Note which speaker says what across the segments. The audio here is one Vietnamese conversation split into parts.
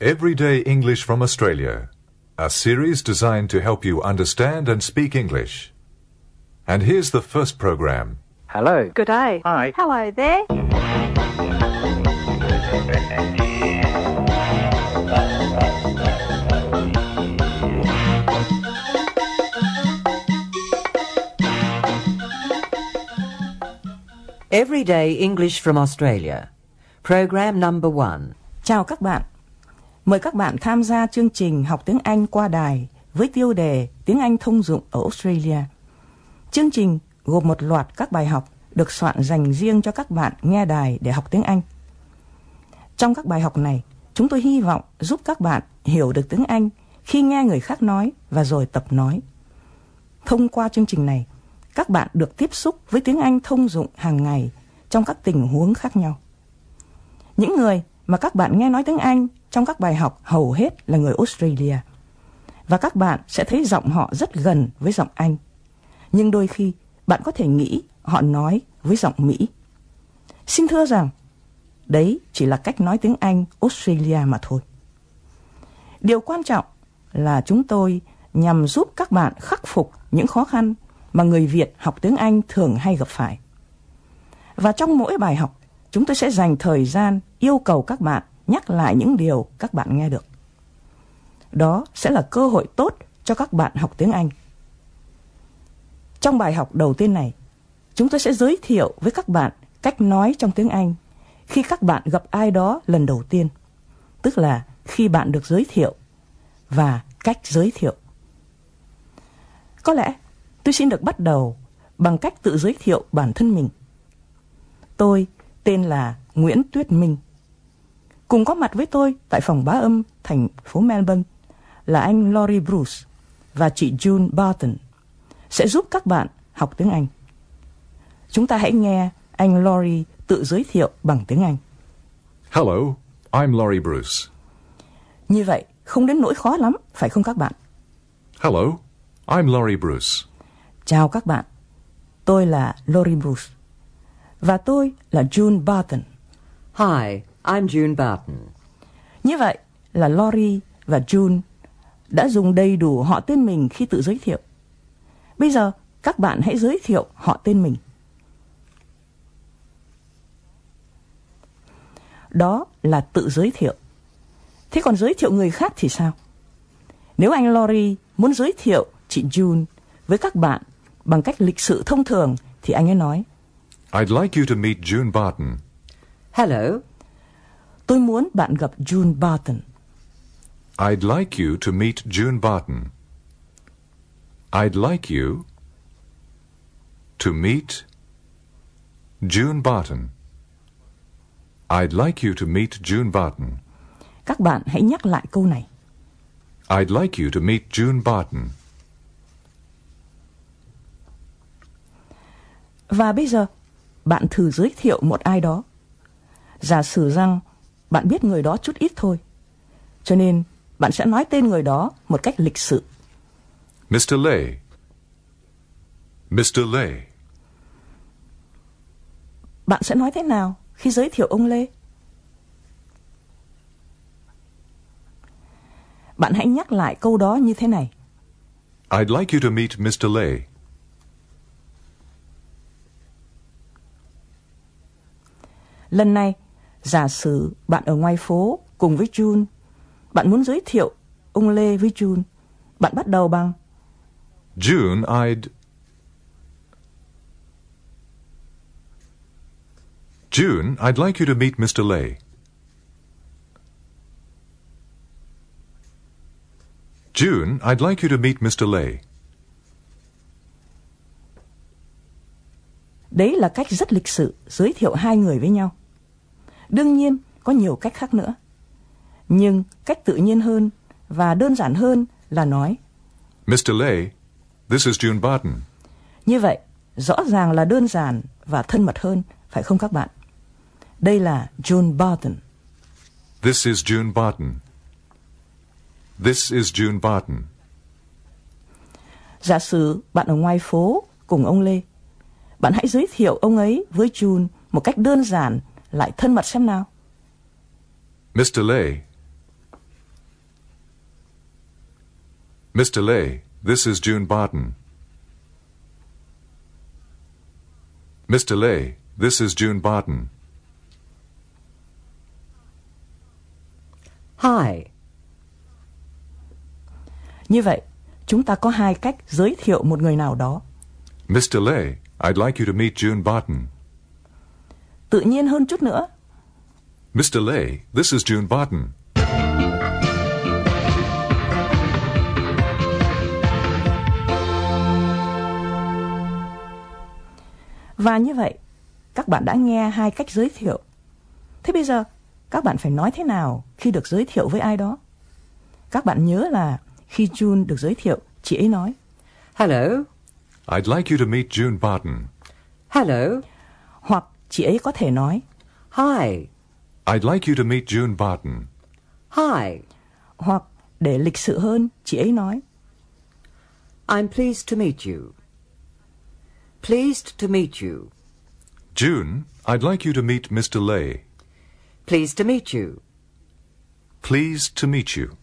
Speaker 1: Everyday English from Australia, a series designed to help you understand and speak English. And here's the first program.
Speaker 2: Hello.
Speaker 3: Good day.
Speaker 2: Hi.
Speaker 3: Hello there.
Speaker 4: Everyday English from Australia. Program number one.
Speaker 5: Chào các bạn. Mời các bạn tham gia chương trình học tiếng Anh qua đài với tiêu đề Tiếng Anh thông dụng ở Australia. Chương trình gồm một loạt các bài học được soạn dành riêng cho các bạn nghe đài để học tiếng Anh. Trong các bài học này, chúng tôi hy vọng giúp các bạn hiểu được tiếng Anh khi nghe người khác nói và rồi tập nói. Thông qua chương trình này, các bạn được tiếp xúc với tiếng Anh thông dụng hàng ngày trong các tình huống khác nhau. Những người mà các bạn nghe nói tiếng Anh trong các bài học hầu hết là người Australia. Và các bạn sẽ thấy giọng họ rất gần với giọng Anh. Nhưng đôi khi bạn có thể nghĩ họ nói với giọng Mỹ. Xin thưa rằng, đấy chỉ là cách nói tiếng Anh Australia mà thôi. Điều quan trọng là chúng tôi nhằm giúp các bạn khắc phục những khó khăn mà người Việt học tiếng Anh thường hay gặp phải. Và trong mỗi bài học, chúng tôi sẽ dành thời gian yêu cầu các bạn nhắc lại những điều các bạn nghe được. Đó sẽ là cơ hội tốt cho các bạn học tiếng Anh. Trong bài học đầu tiên này, chúng tôi sẽ giới thiệu với các bạn cách nói trong tiếng Anh khi các bạn gặp ai đó lần đầu tiên, tức là khi bạn được giới thiệu và cách giới thiệu. Có lẽ tôi xin được bắt đầu bằng cách tự giới thiệu bản thân mình. Tôi tên là Nguyễn Tuyết Minh. Cùng có mặt với tôi tại phòng bá âm thành phố Melbourne là anh Laurie Bruce và chị June Barton sẽ giúp các bạn học tiếng Anh. Chúng ta hãy nghe anh Laurie tự giới thiệu bằng tiếng Anh.
Speaker 1: Hello, I'm Laurie Bruce.
Speaker 5: Như vậy không đến nỗi khó lắm, phải không các bạn?
Speaker 1: Hello, I'm Laurie Bruce.
Speaker 5: Chào các bạn, tôi là Lori Bruce và tôi là June Barton.
Speaker 4: Hi, I'm June Barton.
Speaker 5: Như vậy là Lori và June đã dùng đầy đủ họ tên mình khi tự giới thiệu. Bây giờ các bạn hãy giới thiệu họ tên mình. Đó là tự giới thiệu. Thế còn giới thiệu người khác thì sao? Nếu anh Lori muốn giới thiệu chị June với các bạn bằng cách lịch sự thông thường thì anh ấy nói
Speaker 1: I'd like you to meet June Barton.
Speaker 4: Hello.
Speaker 5: tôi muốn bạn gặp June Barton.
Speaker 1: I'd like you to meet June Barton. I'd like you to meet June Barton. I'd like you to meet June Barton.
Speaker 5: Các bạn hãy nhắc lại câu này.
Speaker 1: I'd like you to meet June Barton.
Speaker 5: Và bây giờ, bạn thử giới thiệu một ai đó. Giả sử rằng bạn biết người đó chút ít thôi. Cho nên, bạn sẽ nói tên người đó một cách lịch sự.
Speaker 1: Mr. Lay. Mr. Lay.
Speaker 5: Bạn sẽ nói thế nào khi giới thiệu ông Lê? Bạn hãy nhắc lại câu đó như thế này.
Speaker 1: I'd like you to meet Mr. Lay.
Speaker 5: Lần này, giả sử bạn ở ngoài phố cùng với June, bạn muốn giới thiệu ông Lê với June, bạn bắt đầu bằng
Speaker 1: June, I'd. June, I'd like you to meet Mr. Lay. June, I'd like you to meet Mr. Lay.
Speaker 5: Đấy là cách rất lịch sự giới thiệu hai người với nhau. Đương nhiên, có nhiều cách khác nữa. Nhưng cách tự nhiên hơn và đơn giản hơn là nói.
Speaker 1: Mr. Lay, this is June Barton.
Speaker 5: Như vậy, rõ ràng là đơn giản và thân mật hơn, phải không các bạn? Đây là John Barton.
Speaker 1: This is June Barton. This is June Barton.
Speaker 5: Giả sử bạn ở ngoài phố cùng ông Lê, bạn hãy giới thiệu ông ấy với June một cách đơn giản lại thân mật xem nào.
Speaker 1: Mr. Lay, Mr. Lay, this is June Barton. Mr. Lay, this is June Barton.
Speaker 4: Hi,
Speaker 5: Như vậy, chúng ta có hai cách giới thiệu một người nào đó.
Speaker 1: Mr. Lay, I'd like you to meet June Barton.
Speaker 5: Tự nhiên hơn chút nữa,
Speaker 1: Mr. Lay, this is June Barton.
Speaker 5: Và như vậy, các bạn đã nghe hai cách giới thiệu. Thế bây giờ, các bạn phải nói thế nào khi được giới thiệu với ai đó? Các bạn nhớ là khi June được giới thiệu, chị ấy nói
Speaker 4: hello,
Speaker 1: I'd like you to meet June Barton.
Speaker 4: hello,
Speaker 5: hoặc chị ấy có thể nói
Speaker 4: hi,
Speaker 1: I'd like you to meet June Barton.
Speaker 4: hi.
Speaker 5: hoặc để lịch sự hơn, chị ấy nói.
Speaker 4: I'm pleased to meet you. Pleased to meet you.
Speaker 1: June, I'd like you to meet Mr. Lay.
Speaker 4: Pleased to meet you.
Speaker 1: Pleased to meet you.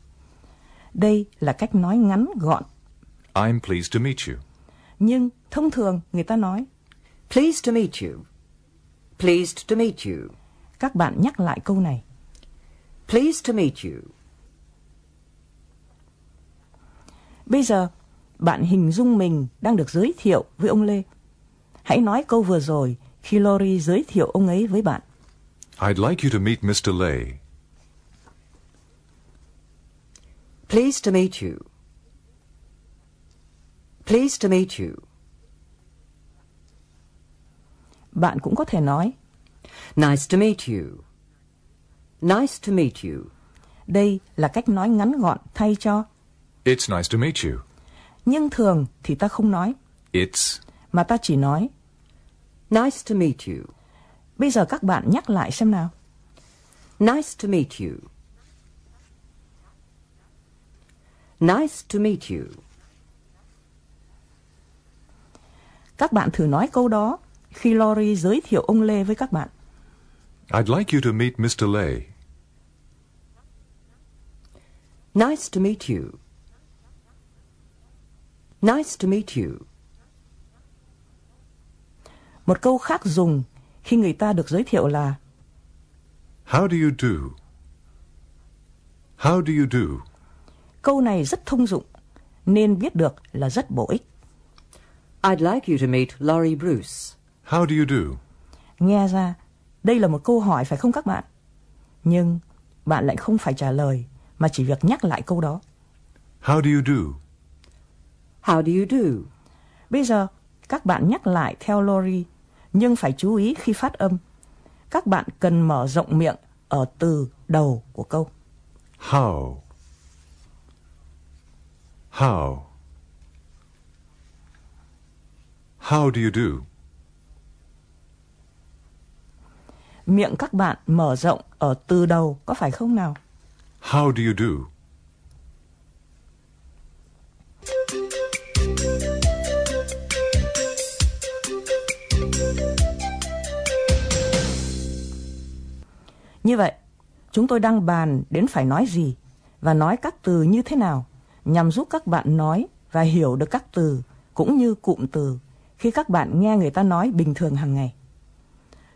Speaker 5: Đây là cách nói ngắn gọn,
Speaker 1: I'm pleased to meet you.
Speaker 5: nhưng thông thường người ta nói
Speaker 4: Pleased to meet you. Pleased to meet you.
Speaker 5: các bạn nhắc lại câu này.
Speaker 4: Pleased to meet you.
Speaker 5: Bây giờ, bạn hình dung mình đang được giới thiệu với ông Lê. Hãy nói câu vừa rồi khi Lori giới thiệu ông ấy với bạn.
Speaker 1: I'd like you to meet Mr. Lay.
Speaker 4: Pleased to meet you. Pleased to meet you.
Speaker 5: Bạn cũng có thể nói
Speaker 4: Nice to meet you. Nice to meet you.
Speaker 5: Đây là cách nói ngắn gọn thay cho
Speaker 1: It's nice to meet you.
Speaker 5: nhưng thường thì ta không nói
Speaker 1: It's
Speaker 5: mà ta chỉ nói.
Speaker 4: Nice to meet you.
Speaker 5: Bây giờ các bạn nhắc lại xem nào.
Speaker 4: Nice to meet you. Nice to meet you.
Speaker 5: Các bạn thử nói câu đó khi Lori giới thiệu ông Lê với các bạn.
Speaker 1: I'd like you to meet Mr. Lay.
Speaker 4: Nice to meet you. Nice to meet you.
Speaker 5: Một câu khác dùng khi người ta được giới thiệu là
Speaker 1: How do you do? How do you do?
Speaker 5: câu này rất thông dụng nên biết được là rất bổ ích.
Speaker 4: I'd like you to meet Laurie Bruce.
Speaker 1: How do you do?
Speaker 5: Nghe ra, đây là một câu hỏi phải không các bạn? Nhưng bạn lại không phải trả lời mà chỉ việc nhắc lại câu đó.
Speaker 1: How do you do?
Speaker 4: How do you do?
Speaker 5: Bây giờ, các bạn nhắc lại theo Lori, nhưng phải chú ý khi phát âm. Các bạn cần mở rộng miệng ở từ đầu của câu.
Speaker 1: How? How? How do you do?
Speaker 5: Miệng các bạn mở rộng ở từ đầu, có phải không nào?
Speaker 1: How do you do?
Speaker 5: Như vậy, chúng tôi đang bàn đến phải nói gì và nói các từ như thế nào nhằm giúp các bạn nói và hiểu được các từ cũng như cụm từ khi các bạn nghe người ta nói bình thường hàng ngày.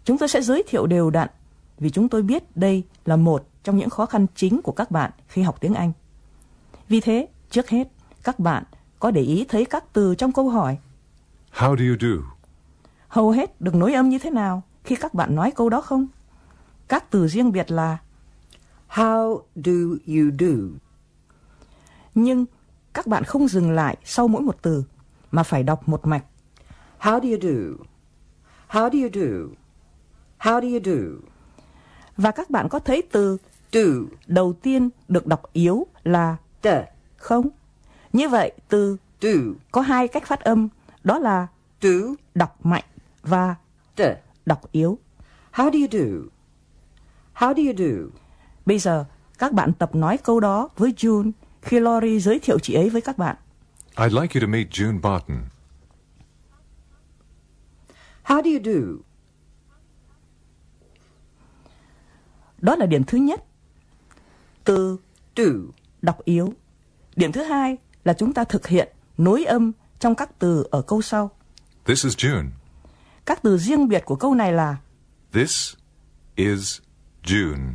Speaker 5: Chúng tôi sẽ giới thiệu đều đặn vì chúng tôi biết đây là một trong những khó khăn chính của các bạn khi học tiếng Anh. Vì thế, trước hết, các bạn có để ý thấy các từ trong câu hỏi
Speaker 1: How do you do?
Speaker 5: hầu hết được nối âm như thế nào khi các bạn nói câu đó không? Các từ riêng biệt là
Speaker 4: How do you do?
Speaker 5: Nhưng các bạn không dừng lại sau mỗi một từ mà phải đọc một mạch.
Speaker 4: How do you do? How do you do? How do you do?
Speaker 5: Và các bạn có thấy từ
Speaker 4: Do.
Speaker 5: đầu tiên được đọc yếu là
Speaker 4: The.
Speaker 5: không? Như vậy từ
Speaker 4: Do.
Speaker 5: có hai cách phát âm, đó là
Speaker 4: Do.
Speaker 5: đọc mạnh và
Speaker 4: The.
Speaker 5: đọc yếu.
Speaker 4: How do you do? How do you do?
Speaker 5: Bây giờ các bạn tập nói câu đó với June khi Lori giới thiệu chị ấy với các bạn.
Speaker 1: I'd like you to meet June Barton.
Speaker 4: How do you do?
Speaker 5: Đó là điểm thứ nhất. Từ
Speaker 4: Do.
Speaker 5: đọc yếu. Điểm thứ hai là chúng ta thực hiện nối âm trong các từ ở câu sau.
Speaker 1: This is June.
Speaker 5: Các từ riêng biệt của câu này là
Speaker 1: This is June.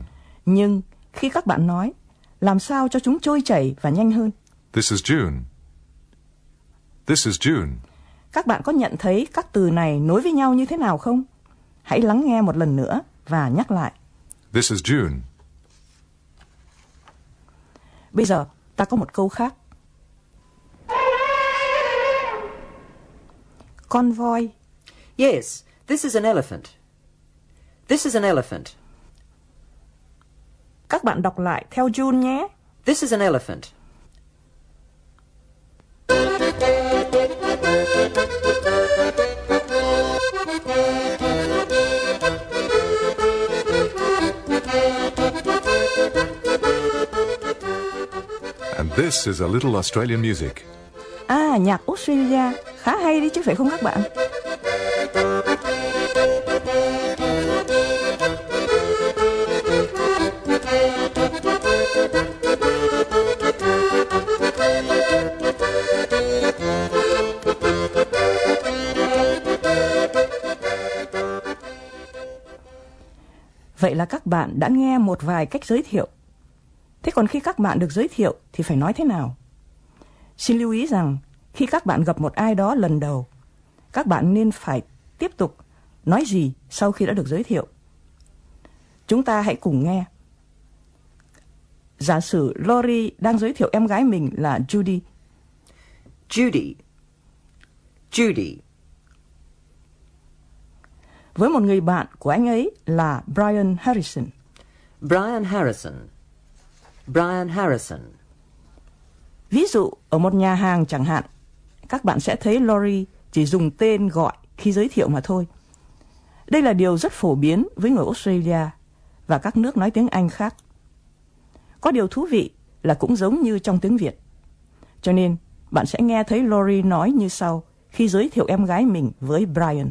Speaker 5: nhưng khi các bạn nói, làm sao cho chúng trôi chảy và nhanh hơn?
Speaker 1: This is June. This is June.
Speaker 5: Các bạn có nhận thấy các từ này nối với nhau như thế nào không? Hãy lắng nghe một lần nữa và nhắc lại.
Speaker 1: This is June.
Speaker 5: Bây giờ ta có một câu khác. Con voi,
Speaker 4: Yes, this is an elephant. This is an elephant.
Speaker 5: các bạn đọc lại theo June nhé.
Speaker 4: This is an elephant.
Speaker 1: And this is a little Australian music.
Speaker 5: À, nhạc Australia khá hay đấy chứ phải không các bạn? Vậy là các bạn đã nghe một vài cách giới thiệu. Thế còn khi các bạn được giới thiệu thì phải nói thế nào? Xin lưu ý rằng khi các bạn gặp một ai đó lần đầu, các bạn nên phải tiếp tục nói gì sau khi đã được giới thiệu. Chúng ta hãy cùng nghe. Giả sử Lori đang giới thiệu em gái mình là Judy,
Speaker 4: Judy. Judy.
Speaker 5: với một người bạn của anh ấy là Brian Harrison.
Speaker 4: Brian Harrison. Brian Harrison.
Speaker 5: Ví dụ, ở một nhà hàng chẳng hạn, các bạn sẽ thấy Lori chỉ dùng tên gọi khi giới thiệu mà thôi. Đây là điều rất phổ biến với người Australia và các nước nói tiếng Anh khác. Có điều thú vị là cũng giống như trong tiếng Việt. Cho nên, bạn sẽ nghe thấy Lori nói như sau khi giới thiệu em gái mình với Brian.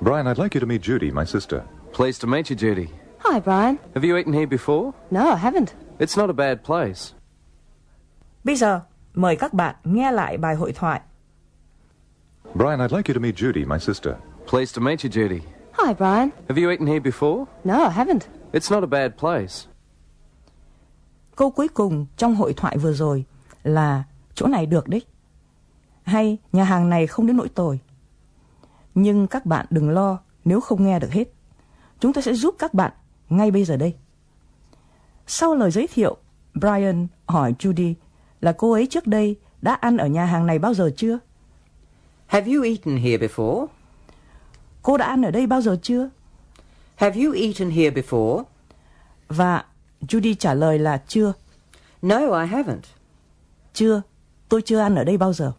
Speaker 1: Brian, I'd like you to meet Judy, my sister.
Speaker 2: Pleased to meet you, Judy.
Speaker 3: Hi, Brian.
Speaker 2: Have you eaten here before?
Speaker 3: No, I haven't.
Speaker 2: It's not a bad place.
Speaker 5: Bây giờ, mời các bạn nghe lại bài hội thoại.
Speaker 1: Brian, I'd like you to meet Judy, my sister.
Speaker 2: Pleased to meet you, Judy.
Speaker 3: Hi, Brian.
Speaker 2: Have you eaten here before?
Speaker 3: No, I haven't.
Speaker 2: It's not a bad place.
Speaker 5: Câu cuối cùng trong hội thoại vừa rồi là chỗ này được đấy. Hay nhà hàng này không đến nỗi tồi. Nhưng các bạn đừng lo nếu không nghe được hết. Chúng tôi sẽ giúp các bạn ngay bây giờ đây. Sau lời giới thiệu, Brian hỏi Judy là cô ấy trước đây đã ăn ở nhà hàng này bao giờ chưa?
Speaker 4: Have you eaten here before?
Speaker 5: Cô đã ăn ở đây bao giờ chưa?
Speaker 4: Have you eaten here before?
Speaker 5: Và Judy trả lời là chưa,
Speaker 4: No, I haven't.
Speaker 5: chưa, tôi chưa ăn ở đây bao giờ.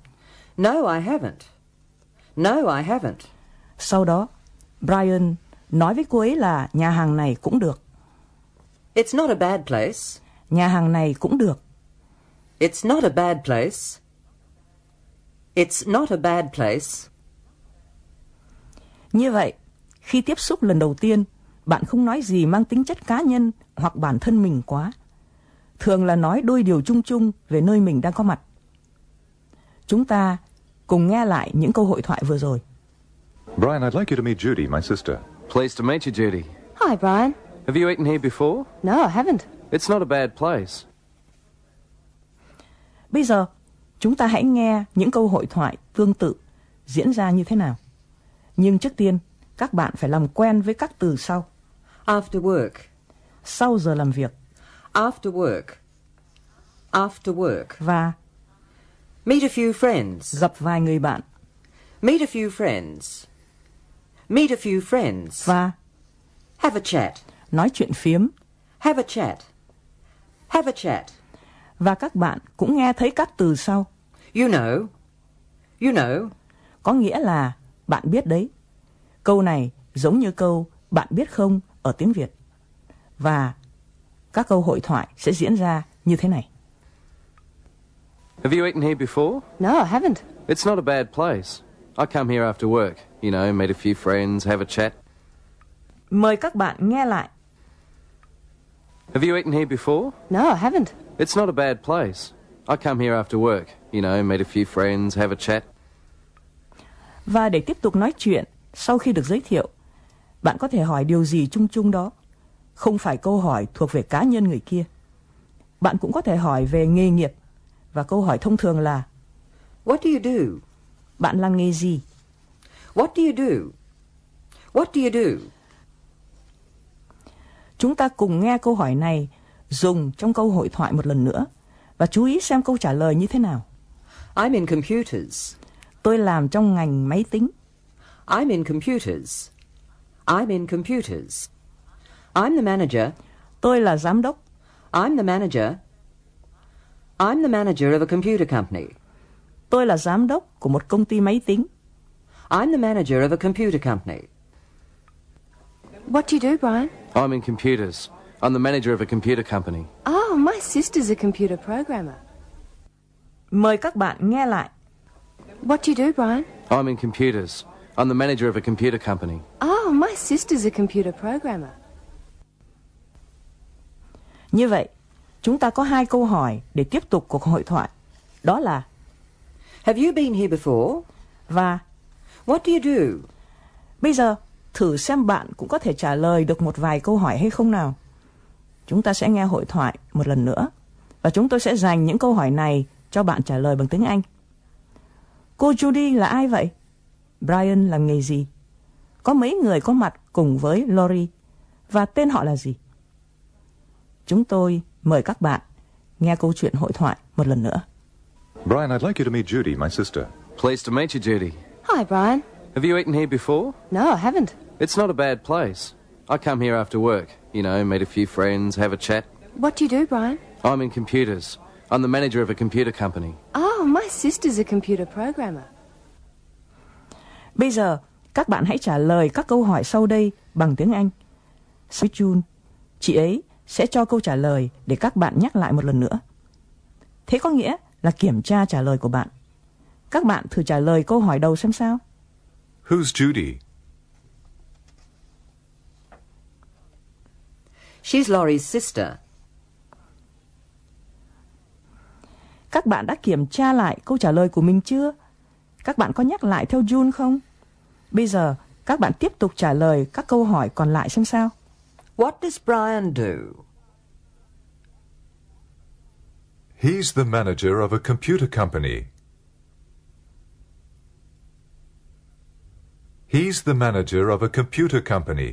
Speaker 4: No, I haven't. No, I haven't.
Speaker 5: Sau đó, Brian nói với cô ấy là nhà hàng này cũng được.
Speaker 4: It's not a bad place.
Speaker 5: Nhà hàng này cũng được.
Speaker 4: It's not a bad place. It's not a bad place.
Speaker 5: Như vậy, khi tiếp xúc lần đầu tiên, bạn không nói gì mang tính chất cá nhân hoặc bản thân mình quá. Thường là nói đôi điều chung chung về nơi mình đang có mặt. Chúng ta cùng nghe lại những câu hội thoại vừa rồi.
Speaker 1: Brian, I'd like you to meet Judy, my sister.
Speaker 2: Pleased to meet you, Judy.
Speaker 3: Hi, Brian.
Speaker 2: Have you eaten here before?
Speaker 3: No, I haven't.
Speaker 2: It's not a bad place.
Speaker 5: Bây giờ, chúng ta hãy nghe những câu hội thoại tương tự diễn ra như thế nào. Nhưng trước tiên, các bạn phải làm quen với các từ sau.
Speaker 4: After work.
Speaker 5: Sau giờ làm việc
Speaker 4: After work. After work.
Speaker 5: và
Speaker 4: Meet a few friends.
Speaker 5: gặp vài người bạn
Speaker 4: Meet a few friends. Meet a few friends.
Speaker 5: và
Speaker 4: Have a chat.
Speaker 5: nói chuyện phiếm
Speaker 4: Have a chat. Have a chat.
Speaker 5: và các bạn cũng nghe thấy các từ sau
Speaker 4: You know. You know.
Speaker 5: có nghĩa là bạn biết đấy. Câu này giống như câu bạn biết không ở tiếng Việt. Và các câu hội thoại sẽ diễn ra như thế này.
Speaker 2: Have you eaten here before?
Speaker 3: No, I haven't.
Speaker 2: It's not a bad place. I come here after work, you know, meet a few friends, have a chat.
Speaker 5: Mời các bạn nghe lại.
Speaker 2: Have you eaten here before?
Speaker 3: No, I haven't.
Speaker 2: It's not a bad place. I come here after work, you know, meet a few friends, have a chat.
Speaker 5: Và để tiếp tục nói chuyện sau khi được giới thiệu, bạn có thể hỏi điều gì chung chung đó, không phải câu hỏi thuộc về cá nhân người kia. Bạn cũng có thể hỏi về nghề nghiệp và câu hỏi thông thường là
Speaker 4: What do you do?
Speaker 5: bạn làm nghề gì?
Speaker 4: What do you do? What do you do?
Speaker 5: Chúng ta cùng nghe câu hỏi này dùng trong câu hội thoại một lần nữa và chú ý xem câu trả lời như thế nào.
Speaker 4: I'm in computers.
Speaker 5: Tôi làm trong ngành máy tính.
Speaker 4: I'm in computers. I'm in computers. I'm the manager.
Speaker 5: Tôi là giám đốc.
Speaker 4: I'm the manager. I'm the manager of a computer company.
Speaker 5: Tôi là giám đốc của một công ty máy tính.
Speaker 4: I'm the manager of a computer company.
Speaker 3: What do you do, Brian?
Speaker 2: I'm in computers. I'm the manager of a computer company.
Speaker 3: Oh, my sister's a computer programmer.
Speaker 5: Mời các bạn nghe lại.
Speaker 3: What do you do, Brian?
Speaker 2: I'm in computers. I'm the manager of a computer company.
Speaker 3: Oh, my sister's a computer programmer.
Speaker 5: Như vậy, chúng ta có hai câu hỏi để tiếp tục cuộc hội thoại. Đó là
Speaker 4: Have you been here before?
Speaker 5: và
Speaker 4: What do you do?
Speaker 5: bây giờ thử xem bạn cũng có thể trả lời được một vài câu hỏi hay không nào. Chúng ta sẽ nghe hội thoại một lần nữa và chúng tôi sẽ dành những câu hỏi này cho bạn trả lời bằng tiếng Anh. Cô Judy là ai vậy? Brian làm nghề gì? Có mấy người có mặt cùng với Lori và tên họ là gì? Chúng tôi mời các bạn nghe câu chuyện hội thoại một lần nữa.
Speaker 1: Brian, I'd like you to meet Judy, my sister.
Speaker 2: Pleased to meet you, Judy.
Speaker 3: Hi, Brian.
Speaker 2: Have you eaten here before?
Speaker 3: No, I haven't.
Speaker 2: It's not a bad place. I come here after work, you know, meet a few friends, have a chat.
Speaker 3: What do you do, Brian?
Speaker 2: I'm in computers. I'm the manager of a computer company.
Speaker 3: Oh, my sister's a computer programmer.
Speaker 5: Bây giờ, các bạn hãy trả lời các câu hỏi sau đây bằng tiếng Anh. Sweet June, chị ấy sẽ cho câu trả lời để các bạn nhắc lại một lần nữa. Thế có nghĩa là kiểm tra trả lời của bạn. Các bạn thử trả lời câu hỏi đầu xem sao.
Speaker 1: Who's Judy?
Speaker 4: She's Laurie's sister.
Speaker 5: Các bạn đã kiểm tra lại câu trả lời của mình chưa? Các bạn có nhắc lại theo June không? Bây giờ, các bạn tiếp tục trả lời các câu hỏi còn lại xem sao.
Speaker 4: What does Brian do?
Speaker 1: He's the manager of a computer company. He's the manager of a computer company.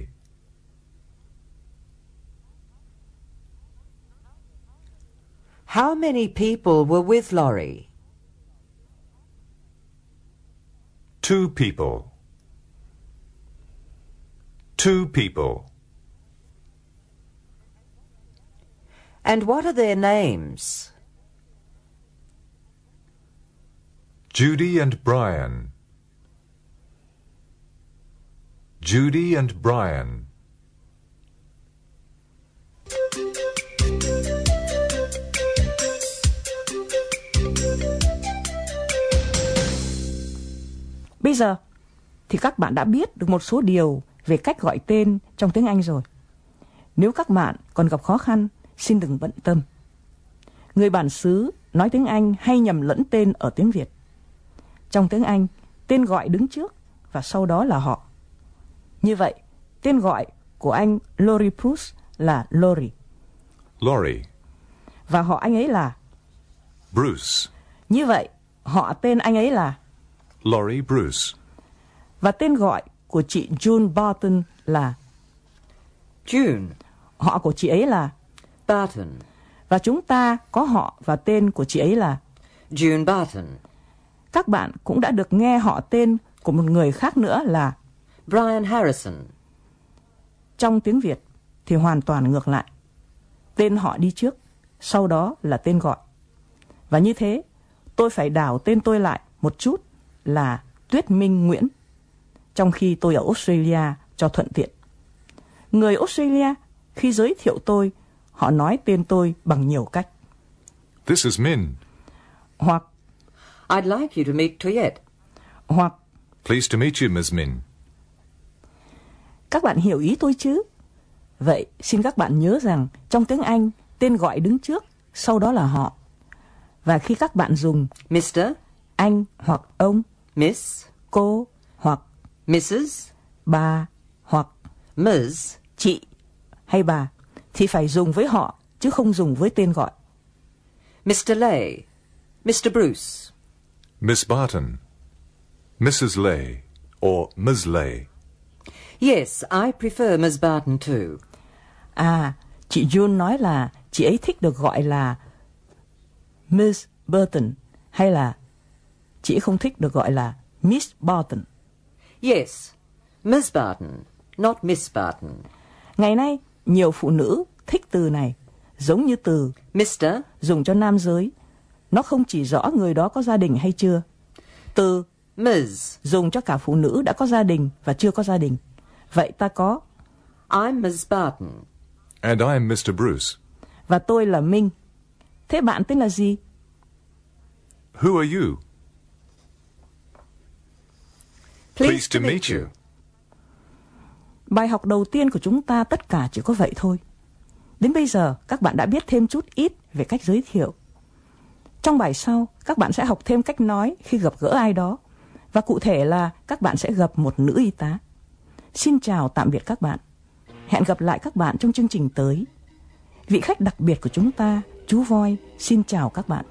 Speaker 4: How many people were with Laurie?
Speaker 1: Two people. Two people.
Speaker 4: And what are their names?
Speaker 1: Judy and Brian. Judy and Brian.
Speaker 5: Bây giờ thì các bạn đã biết được một số điều về cách gọi tên trong tiếng Anh rồi. Nếu các bạn còn gặp khó khăn, xin đừng bận tâm. Người bản xứ nói tiếng Anh hay nhầm lẫn tên ở tiếng Việt. Trong tiếng Anh, tên gọi đứng trước và sau đó là họ. Như vậy, tên gọi của anh Lori Proust là Lori
Speaker 1: Laurie.
Speaker 5: và họ anh ấy là.
Speaker 1: Bruce.
Speaker 5: Như vậy, họ tên anh ấy là
Speaker 1: Laurie Bruce.
Speaker 5: và tên gọi của chị June Barton là
Speaker 4: June.
Speaker 5: họ của chị ấy là
Speaker 4: Barton.
Speaker 5: và chúng ta có họ và tên của chị ấy là
Speaker 4: June Barton.
Speaker 5: các bạn cũng đã được nghe họ tên của một người khác nữa là
Speaker 4: Brian Harrison.
Speaker 5: trong tiếng Việt thì hoàn toàn ngược lại. Tên họ đi trước, sau đó là tên gọi. Và như thế, tôi phải đảo tên tôi lại một chút là Tuyết Minh Nguyễn, trong khi tôi ở Australia cho thuận tiện. Người Australia khi giới thiệu tôi, họ nói tên tôi bằng nhiều cách,
Speaker 1: This is Min.
Speaker 5: hoặc
Speaker 4: I'd like you to meet Toyette.
Speaker 5: hoặc
Speaker 1: Pleased to meet you, Ms. Min.
Speaker 5: Các bạn hiểu ý tôi chứ? Vậy xin các bạn nhớ rằng trong tiếng Anh tên gọi đứng trước, sau đó là họ. và khi các bạn dùng
Speaker 4: Mr.,
Speaker 5: anh hoặc ông,
Speaker 4: Miss,
Speaker 5: cô hoặc
Speaker 4: Mrs.,
Speaker 5: bà hoặc
Speaker 4: Ms.
Speaker 5: chị hay bà thì phải dùng với họ chứ không dùng với tên gọi.
Speaker 4: Mr. Lay, Mr. Bruce,
Speaker 1: Miss Barton, Mrs. Lay, or Ms. Lay.
Speaker 4: Yes, I prefer Ms. Barton too.
Speaker 5: À, chị June nói là chị ấy thích được gọi là Miss Burton hay là chị ấy không thích được gọi là Miss Barton.
Speaker 4: Yes, Ms. Barton, not Miss Barton.
Speaker 5: Ngày nay, nhiều phụ nữ thích từ này, giống như từ
Speaker 4: Mr.,
Speaker 5: dùng cho nam giới. Nó không chỉ rõ người đó có gia đình hay chưa. Từ
Speaker 4: Ms.
Speaker 5: dùng cho cả phụ nữ đã có gia đình và chưa có gia đình. Vậy ta có
Speaker 4: I'm Ms. Barton.
Speaker 1: And I'm Mr. Bruce.
Speaker 5: và tôi là Minh. Thế bạn tên là gì?
Speaker 1: Who are you? Pleased to meet you.
Speaker 5: Bài học đầu tiên của chúng ta tất cả chỉ có vậy thôi. Đến bây giờ các bạn đã biết thêm chút ít về cách giới thiệu. Trong bài sau, các bạn sẽ học thêm cách nói khi gặp gỡ ai đó và cụ thể là các bạn sẽ gặp một nữ y tá. Xin chào tạm biệt các bạn. Hẹn gặp lại các bạn trong chương trình tới. Vị khách đặc biệt của chúng ta, chú Voi, xin chào các bạn.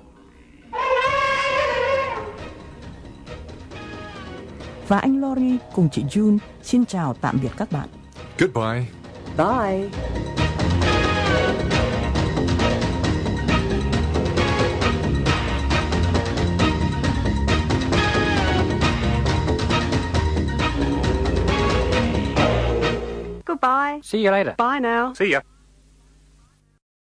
Speaker 5: Và anh Lori cùng chị June xin chào tạm biệt các bạn.
Speaker 1: Goodbye.
Speaker 6: Goodbye.
Speaker 4: Bye.
Speaker 2: See you later.
Speaker 6: Bye now.
Speaker 7: See ya.